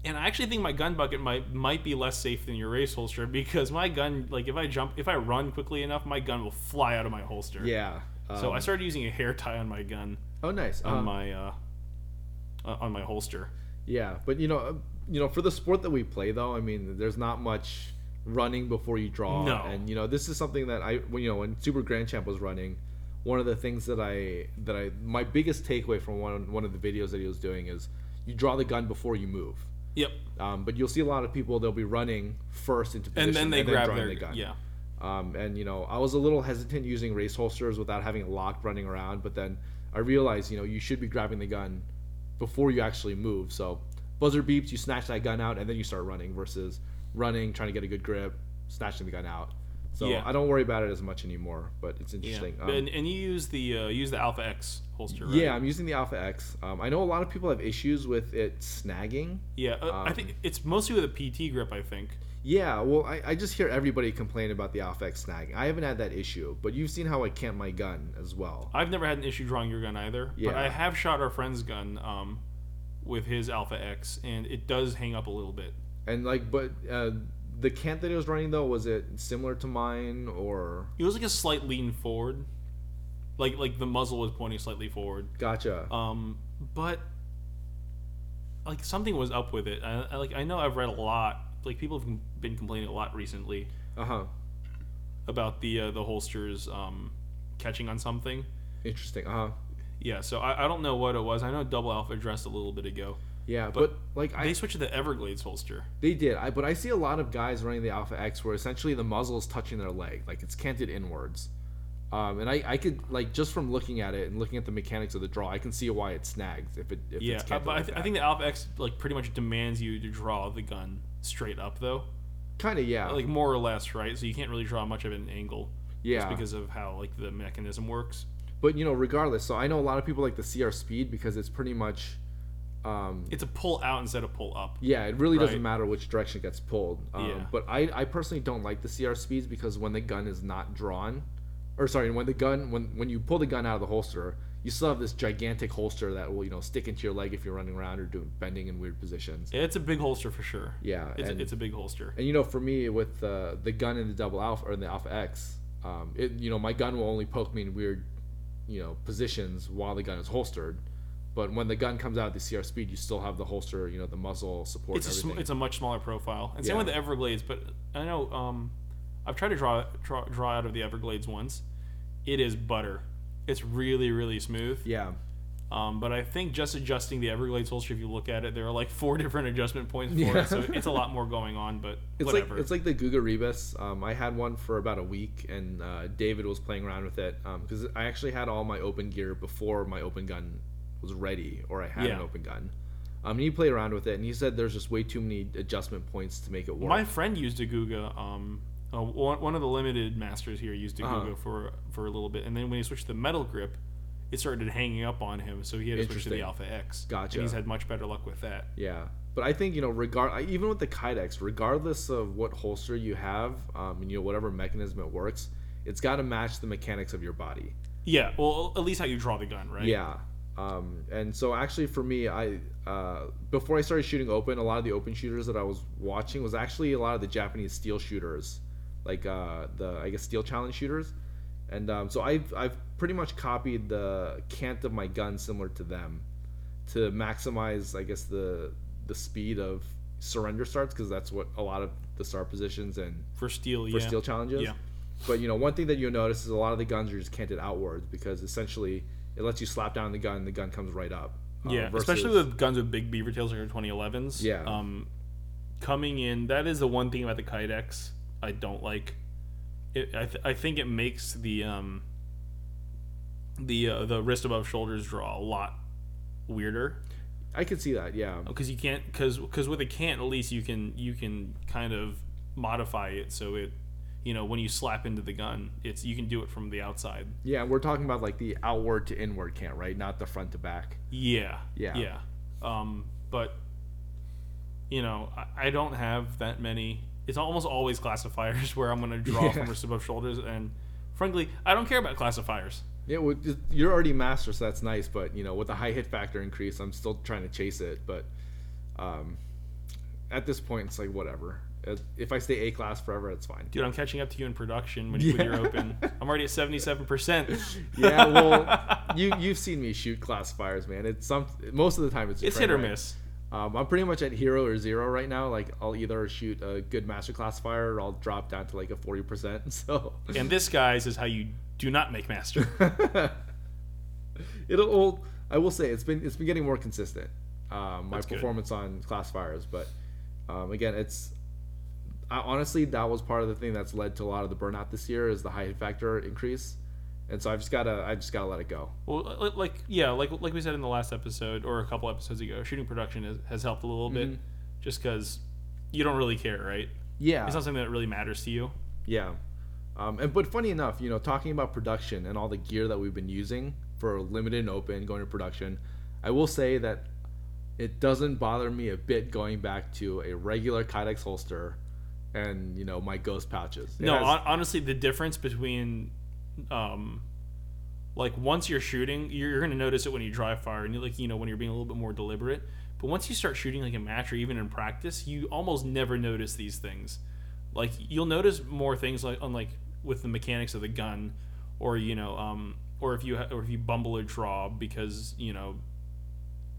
and I actually think my gun bucket might might be less safe than your race holster because my gun, like if I jump, if I run quickly enough, my gun will fly out of my holster.
Yeah.
So
um,
I started using a hair tie on my gun
Oh, nice.
on
Um,
my uh, uh, on my holster.
yeah, but you know, uh, you know, for the sport that we play, though, I mean, there's not much running before you draw.
No.
And you know, this is something that I, when you know, when Super Grand Champ was running, one of the things that I that I my biggest takeaway from one one of the videos that he was doing is you draw the gun before you move.
Yep.
Um, but you'll see a lot of people they'll be running first into position
And then they grab
drawing
their
the gun.
yeah.
Um, and you know, I was a little hesitant using race holsters without having it locked running around, but then I realized, you know, you should be grabbing the gun before you actually move. So buzzer beeps, you snatch that gun out, and then you start running versus running, trying to get a good grip, snatching the gun out. So
Yeah.
I don't worry about it as much anymore, but it's interesting.
Yeah.
Um,
and, and you use the uh, use the Alpha X holster, right?
yeah, I'm using the Alpha X. Um, I know a lot of people have issues with it snagging.
Yeah, uh, I
Um,
think it's mostly with a PT grip. I think.
Yeah, well, I, I just hear everybody complain about the Alpha X snagging. I haven't had that issue, but you've seen how I camp my gun as well.
I've never had an issue drawing your gun either, but
Yeah.
I have shot our friend's gun um, with his Alpha X, and it does hang up a little bit.
And like, but uh, the cant that it was running though, was it similar to mine or?
It was like a slight lean forward, like like the muzzle was pointing slightly forward.
Gotcha.
Um, but like something was up with it. I, I like I know I've read a lot. Like people have been complaining a lot recently
Uh huh.
about the uh, the holsters um, catching on something.
Interesting. Uh huh.
Yeah, so I, I don't know what it was. I know Double Alpha addressed a little bit ago.
Yeah, but, like I,
They
they,
switched to the Everglades holster.
did. I but I see a lot of guys running the Alpha X where essentially the muzzle is touching their leg, like it's canted inwards. Um, and I, I could like just from looking at it and looking at the mechanics of the draw, I can see why it snags if it if
yeah,
it's
uh,
canted
but I,
like
th-
that.
I think the Alpha X like pretty much demands you to draw the gun straight up though,
kind of yeah
like more or less, right? So you can't really draw much of an angle,
yeah
just because of how like the mechanism works.
But you know, regardless, so I know a lot of people like the CR speed because it's pretty much, um,
It's a pull out instead of pull up.
yeah, it really
Right.
doesn't matter which direction it gets pulled. Um,
Yeah.
But I, I personally don't like the CR speeds because when the gun is not drawn, or sorry, when the gun when when you pull the gun out of the holster, you still have this gigantic holster that will you know stick into your leg if you're running around or doing bending in weird positions.
It's a big holster for sure.
Yeah,
it's,
and-
it's a big holster.
And you know, for me with uh, the gun in the double alpha or in the alpha X, um, it you know my gun will only poke me in weird, you know, positions while the gun is holstered. But when the gun comes out at the CR speed, you still have the holster, you know, the muzzle support.
It's a
and
sm-
everything.
it's a much smaller profile. And same
Yeah.
with the Everglades, but I know um, I've tried to draw, draw draw out of the Everglades once. It is butter. It's really really smooth.
yeah,
Um, but I think just adjusting the Everglades holster, if you look at it, there are like four (laughs) different adjustment points for
Yeah.
it, so it's a lot more going on. But
it's
whatever.
like it's like the Guga Rebus. Um, I had one for about a week, and uh, David was playing around with it because I actually had all my open gear before my open gun was ready, or I had
Yeah.
an open gun. Um, and he played around with it, and he said there's just way too many adjustment points to make it work.
My friend used a Guga. Um, uh, one, one of the limited masters here used
Uh-huh.
a Guga for for a little bit, and then when he switched to the metal grip, it started hanging up on him, so he had to switch to the
Interesting.
Alpha X.
Gotcha.
And he's had much better luck with that.
Yeah, but I think you know, regard I- even with the Kydex, regardless of what holster you have, um, and you know whatever mechanism it works, it's got to match the mechanics of your body.
Yeah. Well, at least how you draw the gun, right?
Yeah. Um, and so actually for me, I uh, before I started shooting open, a lot of the open shooters that I was watching was actually a lot of the Japanese steel shooters, like uh, the I guess steel challenge shooters. And um, so I've I've pretty much copied the cant of my gun similar to them, to maximize I guess the the speed of surrender starts because that's what a lot of the start positions and
For steel.
for
yeah.
steel challenges.
Yeah.
But you know, one thing that you'll notice is a lot of the guns are just canted outwards because essentially it lets you slap down the gun and the gun comes right up. uh,
Yeah,
versus-
especially with guns with big beaver tails like our 2011s.
Yeah.
Um, coming in, that is the one thing about the Kydex I don't like. It, I, th- I think it makes the um, the uh, the wrist above shoulders draw a lot weirder
I could see that, yeah.
because you can't because because with a cant at least you can you can kind of modify it so it you know when you slap into the gun it's you can do it from the outside
Yeah, and we're talking about like the outward to inward cant, right? Not the front to back.
Yeah.
Yeah.
Yeah. Um, but you know, I, I don't have that many. It's almost always classifiers (laughs) where I'm going to draw from
Yeah.
wrist above shoulders, and frankly, I don't care about classifiers.
Yeah, well, just- you're already master, so that's nice. But you know, with the high hit factor increase, I'm still trying to chase it. But um, at this point, it's like whatever. If- If I stay A class forever, it's fine.
Dude, I'm catching up to you in production when, you when you're
(laughs)
open. I'm already at 77. percent
Yeah, well, you you've seen me shoot classifiers, man. It's some most of the time it's
(laughs)
a
It's
train
hit or
wreck.
miss.
Um, I'm pretty much at hero or zero right now. Like I'll either shoot a good master classifier or I'll drop down to like a forty percent. (laughs) So
And this guys is how you do not make
(laughs)
master.
it'll. well, I will say it's been it's been getting more consistent. Um, my
That's good.
performance on classifiers, but um, again, it's I, honestly that was part of the thing that's led to a lot of the burnout this year is the high hit factor increase, and so I've just gotta I just gotta let it go.
Well, li- like yeah, like like we said in the last episode or a couple episodes ago, shooting production has, has helped a little
Mm-hmm.
bit, just because you don't really care, right?
Yeah,
It's not something that really matters to you.
Yeah. Um, and but funny enough, you know, talking about production and all the gear that we've been using for limited and open going to production, I will say that it doesn't bother me a bit going back to a regular Kydex holster and you know my ghost pouches. It
No,
has-
hon- honestly, the difference between, um, like once you're shooting, you're, you're gonna notice it when you dry fire, and you like you know when you're being a little bit more deliberate. But once you start shooting like a match or even in practice, you almost never notice these things. Like you'll notice more things like on like with the mechanics of the gun, or you know, um, or if you ha- or if you bumble a draw because you know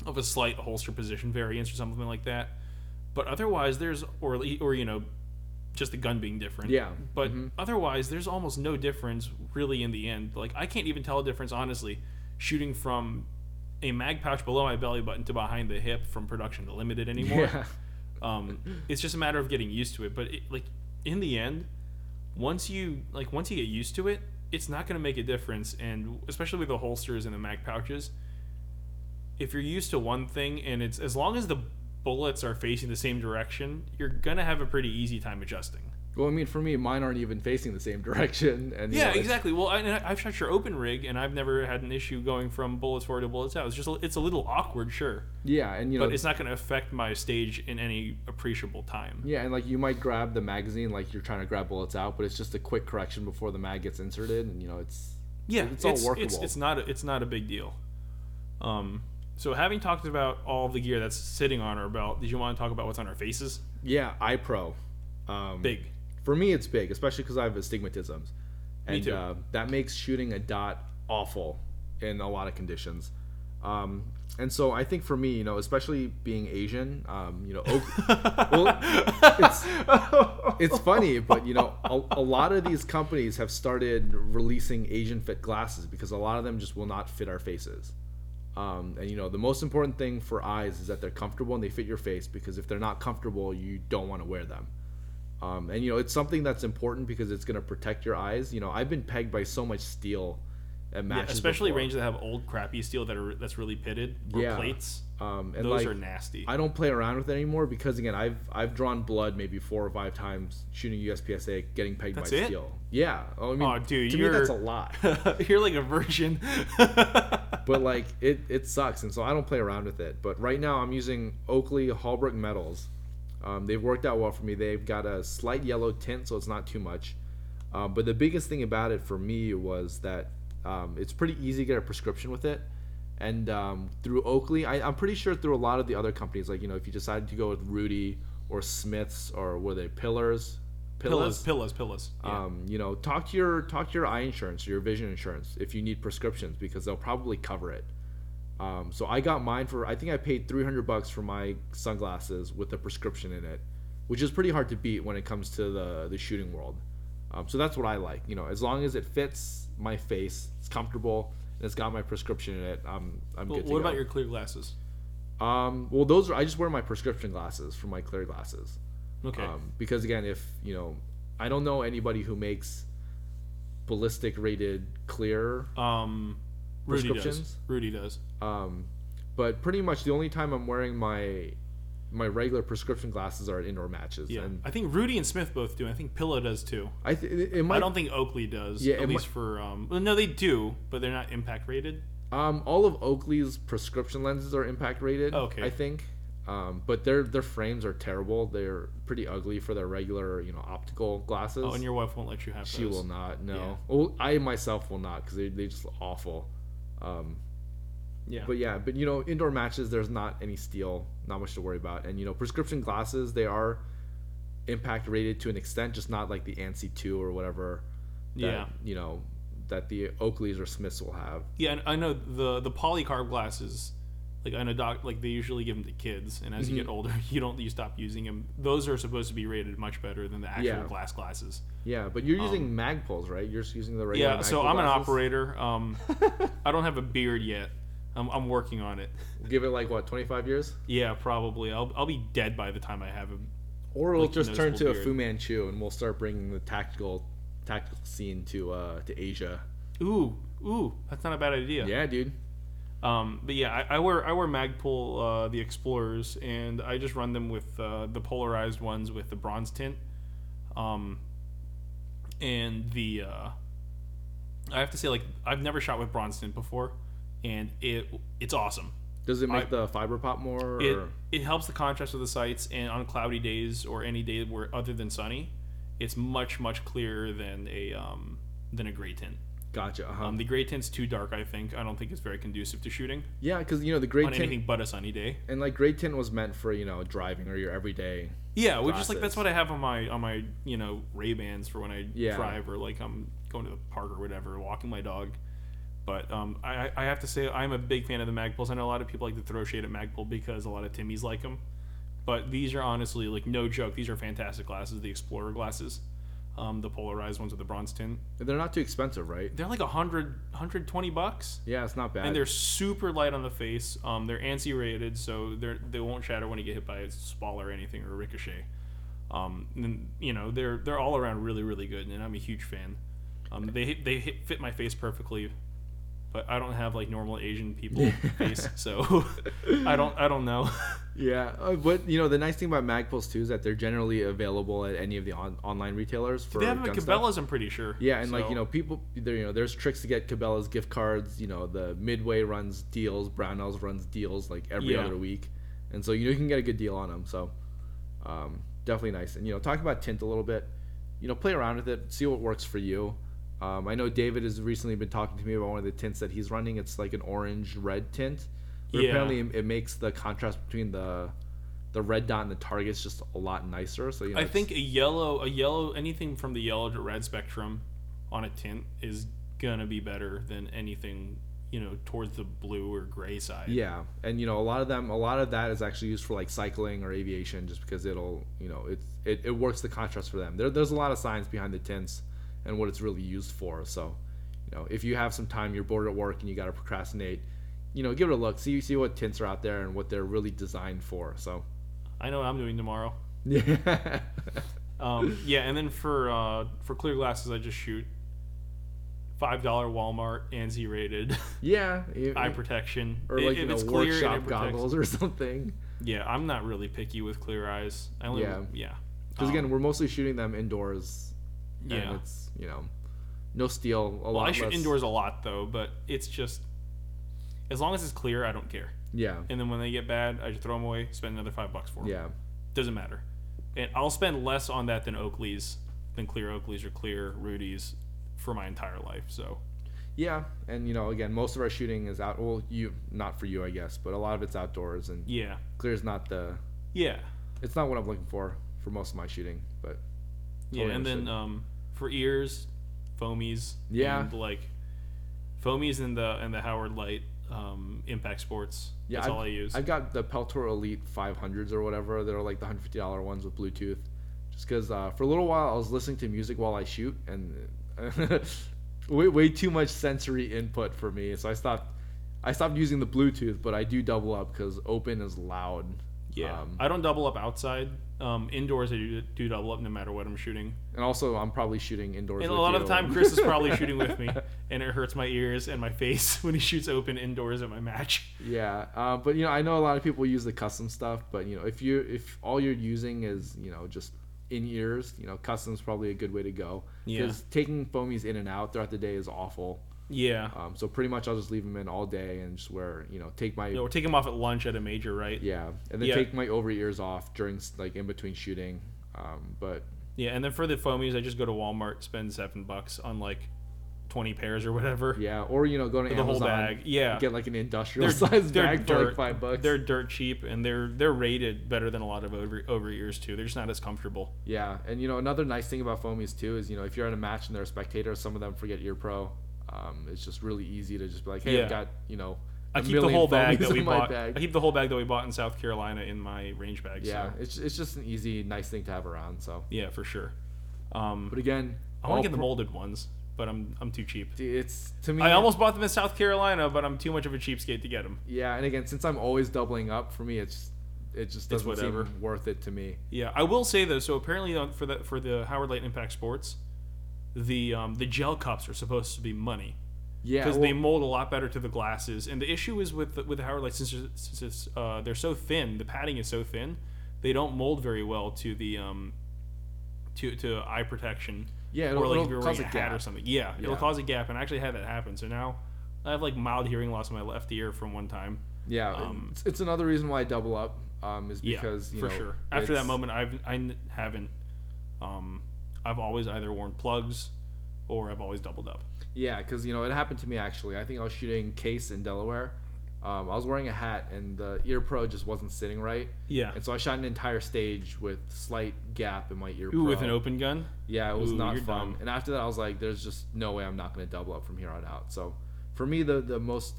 of a slight holster position variance or something like that. But otherwise, there's or or you know, just the gun being different.
yeah.
But otherwise, there's almost no difference really in the end. Like I can't even tell a difference honestly, shooting from a mag pouch below my belly button to behind the hip from production to limited anymore.
(laughs) Yeah.
(laughs) Um, it's just a matter of getting used to it. But it, like in the end, once you like once you get used to it, it's not going to make a difference. And especially with the holsters and the mag pouches, if you're used to one thing and it's as long as the bullets are facing the same direction, you're going to have a pretty easy time adjusting.
Well, I mean, for me, mine aren't even facing the same (laughs) direction. And you
Yeah,
know, it's-
exactly. Well, I, and I- I've shot your open rig, and I've never had an issue going from bullets forward to bullets out. It's just a, it's a little awkward, sure,
Yeah, and you know,
but it's not going to affect my stage in any appreciable time.
yeah, and like you might grab the magazine like you're trying to grab bullets out, but it's just a quick correction before the mag gets inserted, and you know, it's
Yeah,
It's all
It's,
workable.
it's not a, it's not a big deal. Um, so having talked about all the gear that's sitting on our belt, did you want to talk about what's on our faces?
yeah, iPro. Um,
Big.
for me it's big especially because i have astigmatisms and
too.
Uh, that makes shooting a dot awful in a lot of conditions um, and so i think for me you know especially being asian um, you know oak, well, it's, it's funny but you know a, a lot of these companies have started releasing asian fit glasses because a lot of them just will not fit our faces um, and you know the most important thing for eyes is that they're comfortable and they fit your face because if they're not comfortable you don't want to wear them um, and you know, it's something that's important because it's going to protect your eyes. You know, I've been pegged by so much steel at matches,
Especially
before.
ranges that have old crappy steel that are that's really pitted or
Yeah.
plates.
Um, and
Those
like,
are nasty.
I don't play around with it anymore because again, I've I've drawn blood maybe four or five times shooting USPSA, getting pegged
That's
by
it?
steel. Yeah. Oh, I mean,
Aw, dude,
to
you're-
me that's a lot.
(laughs) You're like a virgin. (laughs)
but like it, it sucks and so i don't play around with it but right now i'm using oakley hallbrook metals um, they've worked out well for me they've got a slight yellow tint so it's not too much um, but the biggest thing about it for me was that um, it's pretty easy to get a prescription with it and um, through oakley I, i'm pretty sure through a lot of the other companies like you know if you decided to go with rudy or smith's or were they pillars
pillows, pillows, pillows. Yeah.
um, you know, talk to your talk to your eye insurance, your vision insurance, if you need prescriptions, because they'll probably cover it. Um, so I got mine for I think I paid 300 bucks for my sunglasses with a prescription in it, which is pretty hard to beat when it comes to the the shooting world. Um, so that's what I like. You know, as long as it fits my face, it's comfortable, and it's got my prescription in it, I'm I'm
Well,
good to
what
go.
about your clear glasses?
Um, well, those are I just wear my prescription glasses for my clear glasses.
Okay.
Um, because again, if you know, I don't know anybody who makes ballistic rated clear.
Um, Rudy does.
prescriptions?
Rudy does.
Um, but pretty much the only time I'm wearing my my regular prescription glasses are at indoor matches,
Yeah.
and
I think Rudy and Smith both do. I think Pillow does too.
I th- it, it
I
might.
don't think Oakley does.
Yeah,
At
it
least for um. Well, no, they do, but they're not impact rated.
Um, all of Oakley's prescription lenses are impact rated.
Okay.
I think. Um, but their their frames are terrible. They're pretty ugly for their regular you know optical glasses.
Oh, and your wife won't let you have
She
those.
will not. No.
Yeah.
Well, I myself will not because they they just look awful. Um,
Yeah.
But yeah, but you know, indoor matches, there's not any steel, not much to worry about. And you know, prescription glasses, they are impact rated to an extent, just not like the ANSI 2 or whatever. That,
Yeah.
You know, that the Oakleys or Smiths will have.
Yeah, and I know the the polycarb glasses. Like I know doc, like they usually give them to kids, and
Mm-hmm.
as you get older, (laughs) you don't you stop using them. Those are supposed to be rated much better than the actual
Yeah. Oh,
glass glasses.
Yeah, but you're using Magpoles, right? You're just using the regular.
Um, Yeah, so
Magpul
I'm an
glasses?
operator.
(laughs)
Um, I don't have a beard yet. I'm, I'm working on it.
Give it like what, 25 years,
Yeah, probably. I'll I'll be dead by the time I have a
or it'll just turn to
noticeable
a
beard.
Fu Manchu, and we'll start bringing the tactical, tactical scene to uh to Asia.
Ooh, ooh, that's not a bad idea.
Yeah, dude.
Um, but yeah, I, I wear I wear Magpul uh, the Explorers, and I just run them with uh, the polarized ones with the bronze tint, um, and the uh, I have to say like I've never shot with bronze tint before, and it it's awesome.
Does it make
I-
the fiber pop more?
It
or?
it helps the contrast of the sights, and on cloudy days or any day where other than sunny, it's much much clearer than a um, than a gray tint.
Gotcha. Uh-huh.
Um, the gray tint's too dark, I think. I don't think it's very conducive to shooting
yeah, because you know the gray
on
tint
anything but a sunny day.
and like gray tint was meant for you know driving or your everyday.
Yeah, we just like that's
glasses.
what I have on my on my you know Ray Bans for when I
Yeah.
drive or like I'm going to the park or whatever, walking my dog. But um, I, I have to say I'm a big fan of the Magpuls. I know a lot of people like to throw shade at Magpul because a lot of Timmies like them, but these are honestly like no joke. These are fantastic glasses. The Explorer glasses, um, the polarized ones with the bronze tint.
They're not too expensive, right?
They're like 100, 120 bucks.
Yeah, it's not bad.
And they're super light on the face. Um, they're ANSI rated, so they're they won't shatter when you get hit by a spall or anything or a ricochet. Um, and you know they're they're all around really really good, and I'm a huge fan. Um, they they hit, fit my face perfectly, but I don't have like normal Asian
(laughs)
people face, so (laughs) I don't I don't know.
Yeah, uh, but you know the nice thing about Magpuls too is that they're generally available at any of the on- online retailers for
they have them at
gun stuff.
Cabela's, I'm pretty sure.
Yeah, and like
so-
you know, people there. You know, there's tricks to get Cabela's gift cards. You know, the Midway runs deals, Brownells runs deals like every
Yeah.
other week, and so you, know, you can get a good deal on them. So um, definitely nice. And you know, talk about tint a little bit. You know, play around with it, see what works for you. Um, I know David has recently been talking to me about one of the tints that he's running. It's like an orange red tint. But
Yeah.
Apparently, it, it makes the contrast between the the red dot and the targets just a lot nicer. So you know,
I
it's-
think a yellow, a yellow, anything from the yellow to red spectrum on a tint is gonna be better than anything you know towards the blue or gray side.
Yeah, and you know a lot of them, a lot of that is actually used for like cycling or aviation, just because it'll, you know, it's it, it works the contrast for them. There, there's a lot of science behind the tints and what it's really used for. So, you know, if you have some time, you're bored at work and you got to procrastinate, you know, give it a look, see see what tints are out there and what they're really designed for. So,
I know what I'm doing tomorrow.
yeah,
Um, yeah, and then for uh, for clear glasses, I just shoot five dollar Walmart ANSI
(laughs)
rated
(laughs) yeah, it-
eye protection.
or
If-
like you
if
know
it's clear and it
workshop
protects-
goggles or (laughs) something.
Yeah, I'm not really picky with clear eyes. I only yeah
Yeah.
yeah
Because
Um,
again, we're mostly shooting them indoors. And
Yeah.
it's you know, no steel. A
Well,
lot
I shoot
less-
indoors a lot though, but it's just as long as it's clear, I don't care.
Yeah.
And then when they get bad, I just throw them away, spend another five bucks for them.
Yeah.
doesn't matter. And I'll spend less on that than Oakley's, than clear Oakley's or clear Rudy's for my entire life. So
Yeah, and you know, again, most of our shooting is out. Well, you not for you, I guess, but a lot of it's outdoors, and
yeah,
clear is not the.
yeah,
It's not what I'm looking for for most of my shooting, but
yeah.
Totally
And then
understood.
um, for ears, foamies.
Yeah.
And like foamies and the and the Howard Light um, Impact Sports.
yeah,
that's
I've,
all I use.
I've got the Peltor Elite 500s or whatever. They're like the 150 dollar ones with Bluetooth. Just because uh, for a little while I was listening to music while I shoot, and (laughs) way way too much sensory input for me, so I stopped. I stopped using the Bluetooth, but I do double up because open is loud.
yeah,
um,
I don't double up outside. Um, indoors, I do, do double up no matter what I'm shooting.
And also, I'm probably shooting indoors.
And a
with
lot of
you.
the time, Chris is probably shooting with
(laughs)
me, and it hurts my ears and my face (laughs) when he shoots open indoors at my match.
Yeah, uh, but you know, I know a lot of people use the custom stuff, but you know, if you if all you're using is you know just in ears, you know, custom's probably a good way to go
Yeah.
because taking foamies in and out throughout the day is awful.
Yeah.
Um, so pretty much I'll just leave them in all day and just wear you know take my
Yeah, we're taking them off at lunch at a major, right?
yeah and then
Yeah.
take my over ears off during s- like in between shooting. Um, but
Yeah, and then for the foamies, I just go to Walmart, spend seven bucks on like twenty pairs or whatever. (laughs)
yeah, or you know go to
the whole
Amazon,
bag. Yeah.
get like an industrial (laughs) size bag for like five bucks.
They're dirt cheap and they're they're rated better than a lot of over over ears too. They're just not as comfortable.
Yeah, and you know another nice thing about foamies too is you know if you're at a match and they're a spectator, some of them forget ear pro. Um, it's just really easy to just be like, hey,
Yeah.
I've got you know.
I
a
keep the
million
whole bag
foamies
that
in
we
my
bought. (laughs)
bag."
I keep the whole bag that we bought in South Carolina in my range bag.
Yeah,
so,
it's it's just an easy, nice thing to have around. So,
yeah, for sure. Um,
but again,
I want
all
to get the
pro-
molded ones, but I'm I'm too cheap.
It's to me.
I almost bought them in South Carolina, but I'm too much of a cheapskate to get them.
yeah, and again, since I'm always doubling up, for me, it's it just doesn't
whatever.
seem worth it to me.
Yeah, I will say though. So apparently on, for the for the Howard Light Impact Sports, the um, the gel cups are supposed to be money
Yeah,
because
well,
they mold a lot better to the glasses. And the issue is with the, with the Howard Light since, they're- since it's, uh, they're so thin, the padding is so thin, they don't mold very well to the um, to to eye protection.
Yeah, it'll-
or like
it'll
if you're
cause
wearing a,
a
hat or
gap.
something. Yeah, it'll
Yeah.
cause a gap, and I actually had that happen. So now I have like mild hearing loss in my left ear from one time.
yeah,
um,
it's, it's another reason why I double up. Um, is
Yeah,
because you
for
know,
sure. After that
it's-
moment, I've I n- haven't. Um, I've always either worn plugs, or I've always doubled up.
Yeah, because you know it happened to me actually. I think I was shooting case in Delaware. Um, I was wearing a hat and the ear pro just wasn't sitting right,
Yeah,
and so I shot an entire stage with slight gap in my ear.
Ooh,
pro.
with an open gun.
Yeah, it was
Ooh,
not
you're
fun.
dumb.
And after that, I was like, "There's just no way I'm not going to double up from here on out." So, for me, the the most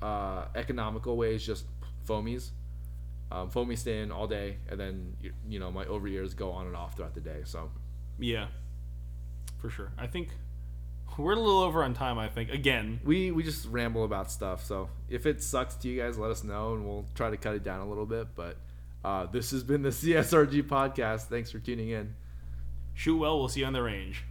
uh, economical way is just foamies. Um, foamies stay in all day, and then you, you know my over ears go on and off throughout the day. So,
Yeah, for sure. I think we're a little over on time. I think again.
we we just ramble about stuff so if it sucks to you guys let us know and we'll try to cut it down a little bit but (laughs) uh, this has been the csrg podcast thanks for tuning in
Shoot well. We'll see you on the range.